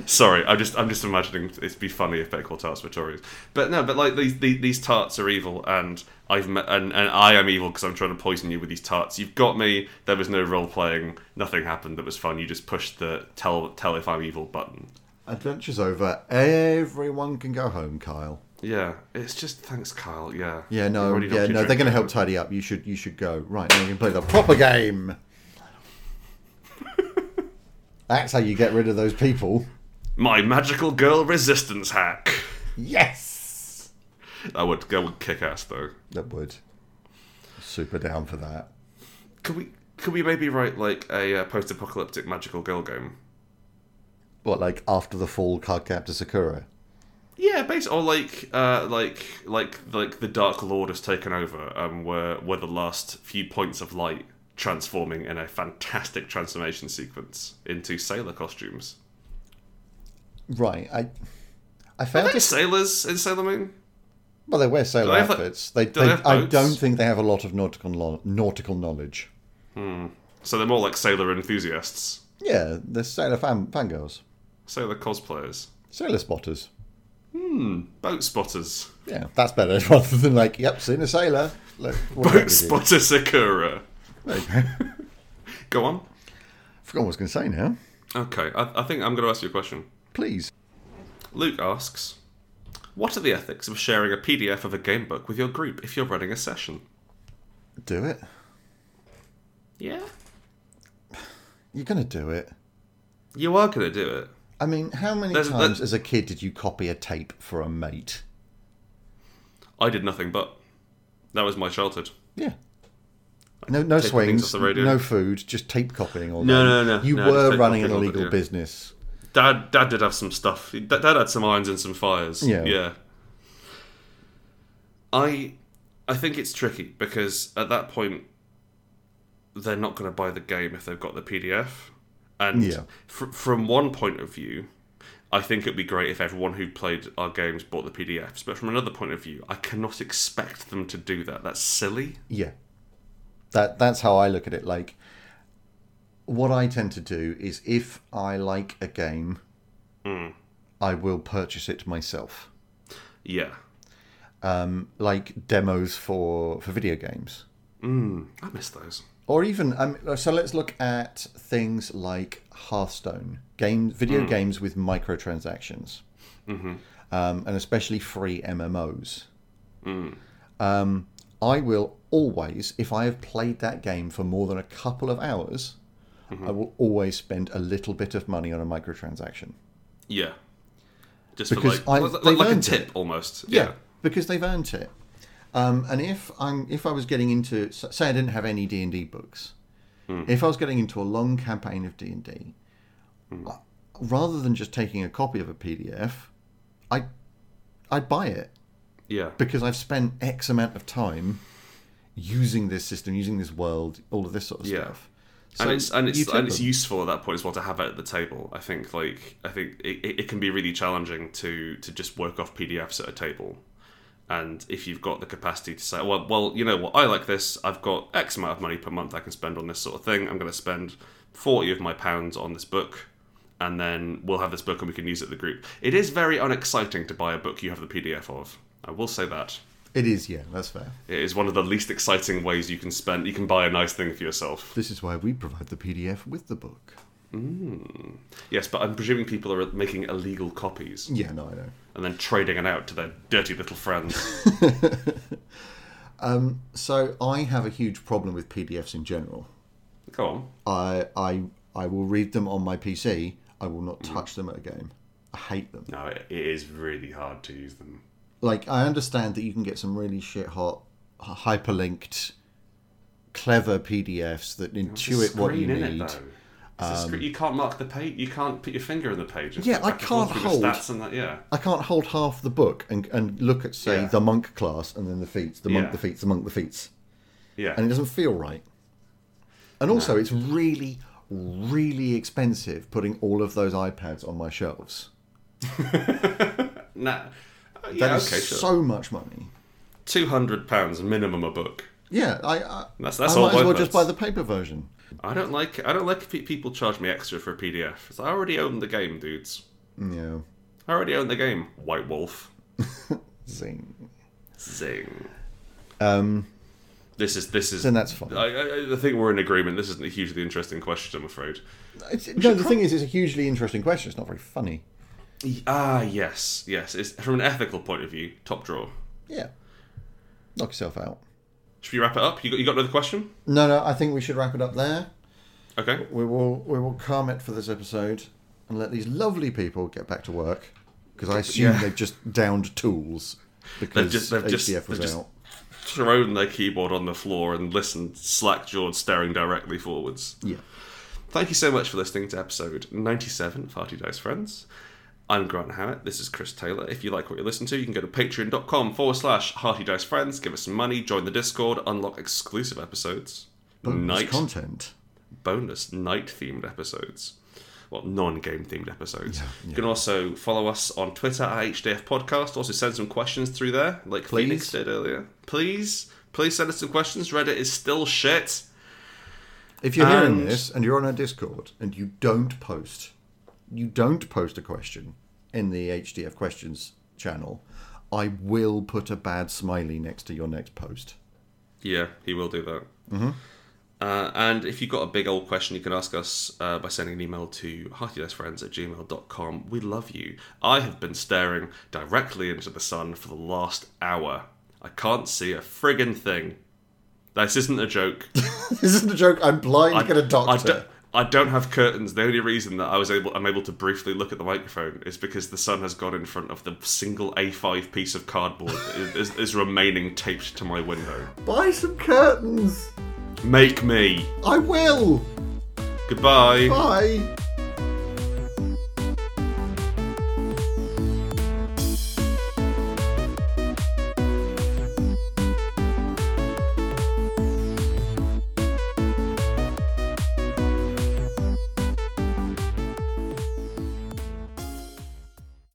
Speaker 1: Sorry, I'm just I'm just imagining it'd be funny if Bakewell tarts were Tories. But no, but like these these, these tarts are evil, and I've met, and and I am evil because I'm trying to poison you with these tarts. You've got me. There was no role playing. Nothing happened that was fun. You just pushed the tell tell if I'm evil button.
Speaker 2: Adventure's over. Everyone can go home, Kyle.
Speaker 1: Yeah, it's just thanks, Kyle. Yeah.
Speaker 2: Yeah,
Speaker 1: You've
Speaker 2: no,
Speaker 1: already
Speaker 2: yeah,
Speaker 1: knocked your
Speaker 2: no. They're
Speaker 1: drink
Speaker 2: going to
Speaker 1: over.
Speaker 2: help tidy up. You should, you should go. Right now, we can play the proper game. That's how you get rid of those people.
Speaker 1: My magical girl resistance hack.
Speaker 2: Yes,
Speaker 1: That would that would kick ass though.
Speaker 2: that would. Super down for that.
Speaker 1: Could we could we maybe write like a uh, post-apocalyptic magical girl game?
Speaker 2: What, like after the fall, card captor Sakura?
Speaker 1: Yeah, basically, or like, uh, like, like, like the Dark Lord has taken over, and we're we're the last few points of light transforming in a fantastic transformation sequence into sailor costumes.
Speaker 2: Right. I I
Speaker 1: Are
Speaker 2: found
Speaker 1: they
Speaker 2: this.
Speaker 1: sailors in Sailor Moon?
Speaker 2: Well, they wear sailor
Speaker 1: they have, like-
Speaker 2: outfits. They,
Speaker 1: do they
Speaker 2: they-
Speaker 1: have
Speaker 2: I
Speaker 1: boats?
Speaker 2: don't think they have a lot of nautical lo- nautical knowledge.
Speaker 1: So they're more like sailor enthusiasts,
Speaker 2: Yeah, they're sailor fan fangirls,
Speaker 1: sailor cosplayers,
Speaker 2: sailor spotters.
Speaker 1: boat spotters,
Speaker 2: Yeah, that's better rather than like, yep, seen a sailor. Look,
Speaker 1: boat
Speaker 2: what did you do?
Speaker 1: spotter Sakura. Go on.
Speaker 2: Forgot what I was going to say now.
Speaker 1: Okay, I, I think I'm going to ask you a question.
Speaker 2: Please.
Speaker 1: Luke asks, "What are the ethics of sharing a PDF of a game book with your group if you're running a session?"
Speaker 2: Do it.
Speaker 1: Yeah,
Speaker 2: You're going to do it.
Speaker 1: you are going to do it.
Speaker 2: I mean, how many
Speaker 1: There's-
Speaker 2: times
Speaker 1: there's-
Speaker 2: as a kid did you copy a tape for a mate?
Speaker 1: I did nothing but. That was my childhood.
Speaker 2: Yeah. No, no
Speaker 1: Taking things
Speaker 2: swings,
Speaker 1: off the radio.
Speaker 2: no food, just tape copying all
Speaker 1: No,
Speaker 2: day.
Speaker 1: no, no,
Speaker 2: You
Speaker 1: no, just
Speaker 2: were
Speaker 1: tape
Speaker 2: running an
Speaker 1: copying all day,
Speaker 2: illegal
Speaker 1: yeah.
Speaker 2: business.
Speaker 1: Dad, Dad did have some stuff. Dad, Dad had some irons and some fires.
Speaker 2: Yeah.
Speaker 1: yeah. I, I think it's tricky because at that point, they're not going to buy the game if they've got the PDF. And
Speaker 2: Yeah.
Speaker 1: fr- from one point of view, I think it'd be great if everyone who played our games bought the PDFs. But from another point of view, I cannot expect them to do that. That's silly.
Speaker 2: Yeah. That that's how I look at it. Like what I tend to do is if I like a game,
Speaker 1: Hmm.
Speaker 2: I will purchase it myself.
Speaker 1: Yeah.
Speaker 2: Um, like demos for for video games.
Speaker 1: Mm, I miss those.
Speaker 2: Or even um, so let's look at things like Hearthstone, game video games with microtransactions. Um, and especially free MMOs. Um, I will always, if I have played that game for more than a couple of hours, I will always spend a little bit of money on a microtransaction.
Speaker 1: Yeah. Just
Speaker 2: Because
Speaker 1: for
Speaker 2: I-
Speaker 1: like, like,
Speaker 2: they've
Speaker 1: like a
Speaker 2: earned it.
Speaker 1: tip almost.
Speaker 2: Yeah, because they've earned it. Um, and if I'm if I was getting into s- say I didn't have any D and D books,
Speaker 1: Hmm.
Speaker 2: if I was getting into a long campaign of D and D,
Speaker 1: Hmm.
Speaker 2: uh, rather than just taking a copy of a PDF, I I'd buy it
Speaker 1: Yeah.
Speaker 2: because I've spent X amount of time using this system, using this world, all of this sort of
Speaker 1: Yeah.
Speaker 2: stuff.
Speaker 1: and it's and
Speaker 2: you
Speaker 1: it's,
Speaker 2: tip
Speaker 1: and it's
Speaker 2: them.
Speaker 1: useful at that point as well to have it at the table. I think like I think it, it- it can be really challenging to to just work off PDFs at a table. And if you've got the capacity to say, well, well, you know what, I like this. I've got X amount of money per month I can spend on this sort of thing. I'm going to spend forty of my pounds on this book, and then we'll have this book and we can use it at the group. It is very unexciting to buy a book you have the PDF of. I will say that
Speaker 2: It is, yeah, that's fair.
Speaker 1: it is one of the least exciting ways you can spend. You can buy a nice thing for yourself.
Speaker 2: This is why we provide the PDF with the book.
Speaker 1: Yes, but I'm presuming people are making illegal copies
Speaker 2: Yeah, no, I know.
Speaker 1: and then trading it out to their dirty little friends.
Speaker 2: So I have a huge problem with PDFs in general.
Speaker 1: Go on.
Speaker 2: I I I will read them on my PC. I will not
Speaker 1: Mm-hmm.
Speaker 2: touch them at a game. I hate them.
Speaker 1: No, it it is really hard to use them.
Speaker 2: Like I understand that you can get some really shit hot h- hyperlinked clever PDFs that intuit what you
Speaker 1: Screen in
Speaker 2: need.
Speaker 1: it though. It's a screen- You can't mark the page. You can't put your finger in the page. and
Speaker 2: Yeah,
Speaker 1: flip
Speaker 2: I
Speaker 1: back and forth
Speaker 2: can't
Speaker 1: through the
Speaker 2: hold-
Speaker 1: stats and that. Yeah,
Speaker 2: I can't hold half the book and, and look at say
Speaker 1: Yeah.
Speaker 2: the monk class and then the feats, the monk,
Speaker 1: Yeah.
Speaker 2: the feats, the monk, the feats,
Speaker 1: yeah.
Speaker 2: and it doesn't feel right. And also, it's really, really expensive putting all of those iPads on my shelves.
Speaker 1: nah. Uh, yeah,
Speaker 2: That is
Speaker 1: okay, sure.
Speaker 2: so much money.
Speaker 1: Two hundred pounds minimum a book.
Speaker 2: Yeah, I, I,
Speaker 1: That's- that's
Speaker 2: I
Speaker 1: all
Speaker 2: might as well
Speaker 1: iPads.
Speaker 2: just buy the paper version.
Speaker 1: I don't like. I don't like if pe- people charge me extra for a PDF. It's like, I already own the game, dudes.
Speaker 2: Mm, Yeah,
Speaker 1: I already own the game. White Wolf.
Speaker 2: zing.
Speaker 1: Zing.
Speaker 2: Um,
Speaker 1: This is this is
Speaker 2: Then that's fine.
Speaker 1: I, I, I think we're in agreement. This isn't a hugely interesting question, I'm afraid.
Speaker 2: it's, no, the thing is, it's a hugely interesting question. It's not very funny.
Speaker 1: Ah, yes, yes. It's from an ethical point of view, top drawer.
Speaker 2: Yeah, knock yourself out.
Speaker 1: Should we wrap it up? You got you got another question?
Speaker 2: No, no, I think we should wrap it up there.
Speaker 1: Okay.
Speaker 2: We will, we will calm it for this episode, and let these lovely people get back to work. Because I assume
Speaker 1: Yeah.
Speaker 2: they've just downed tools because
Speaker 1: just- they've
Speaker 2: HDF
Speaker 1: just-
Speaker 2: was
Speaker 1: they've just-
Speaker 2: out.
Speaker 1: Thrown their keyboard on the floor and listened, slack jawed, staring directly forwards.
Speaker 2: Yeah.
Speaker 1: Thank you so much for listening to episode 97 of Hearty Dice Friends. I'm Grant Hammett. This is Chris Taylor. If you like what you listen to, you can go to patreon.com forward slash hearty dice friends, give us some money, join the Discord, unlock exclusive episodes,
Speaker 2: Bonus
Speaker 1: night
Speaker 2: content.
Speaker 1: bonus night themed episodes. Well, non game themed episodes. You can also follow us on Twitter at HDF Podcast. Also, send some questions through there, like Phoenix did earlier. Please, please send us some questions. Reddit is still shit.
Speaker 2: If you're hearing
Speaker 1: And-
Speaker 2: this and you're on our Discord and you don't post, you don't post a question in the HDF questions channel, I will put a bad smiley next to your next post.
Speaker 1: Yeah, he will do that. Mm-hmm. Uh, and if you've got a big old question, you can ask us uh, by sending an email to heartylessfriends at gmail.com. We love you. I have been staring directly into the sun for the last hour. I can't see a friggin' thing. This isn't a joke.
Speaker 2: This isn't a joke. I'm blind
Speaker 1: I- I don't, I don't have curtains. The only reason that I was able, I'm able to briefly look at the microphone is because the sun has gone in front of the single A5 piece of cardboard that is, is remaining taped to my window.
Speaker 2: Buy some curtains.
Speaker 1: Make me.
Speaker 2: I will.
Speaker 1: Goodbye.
Speaker 2: Bye.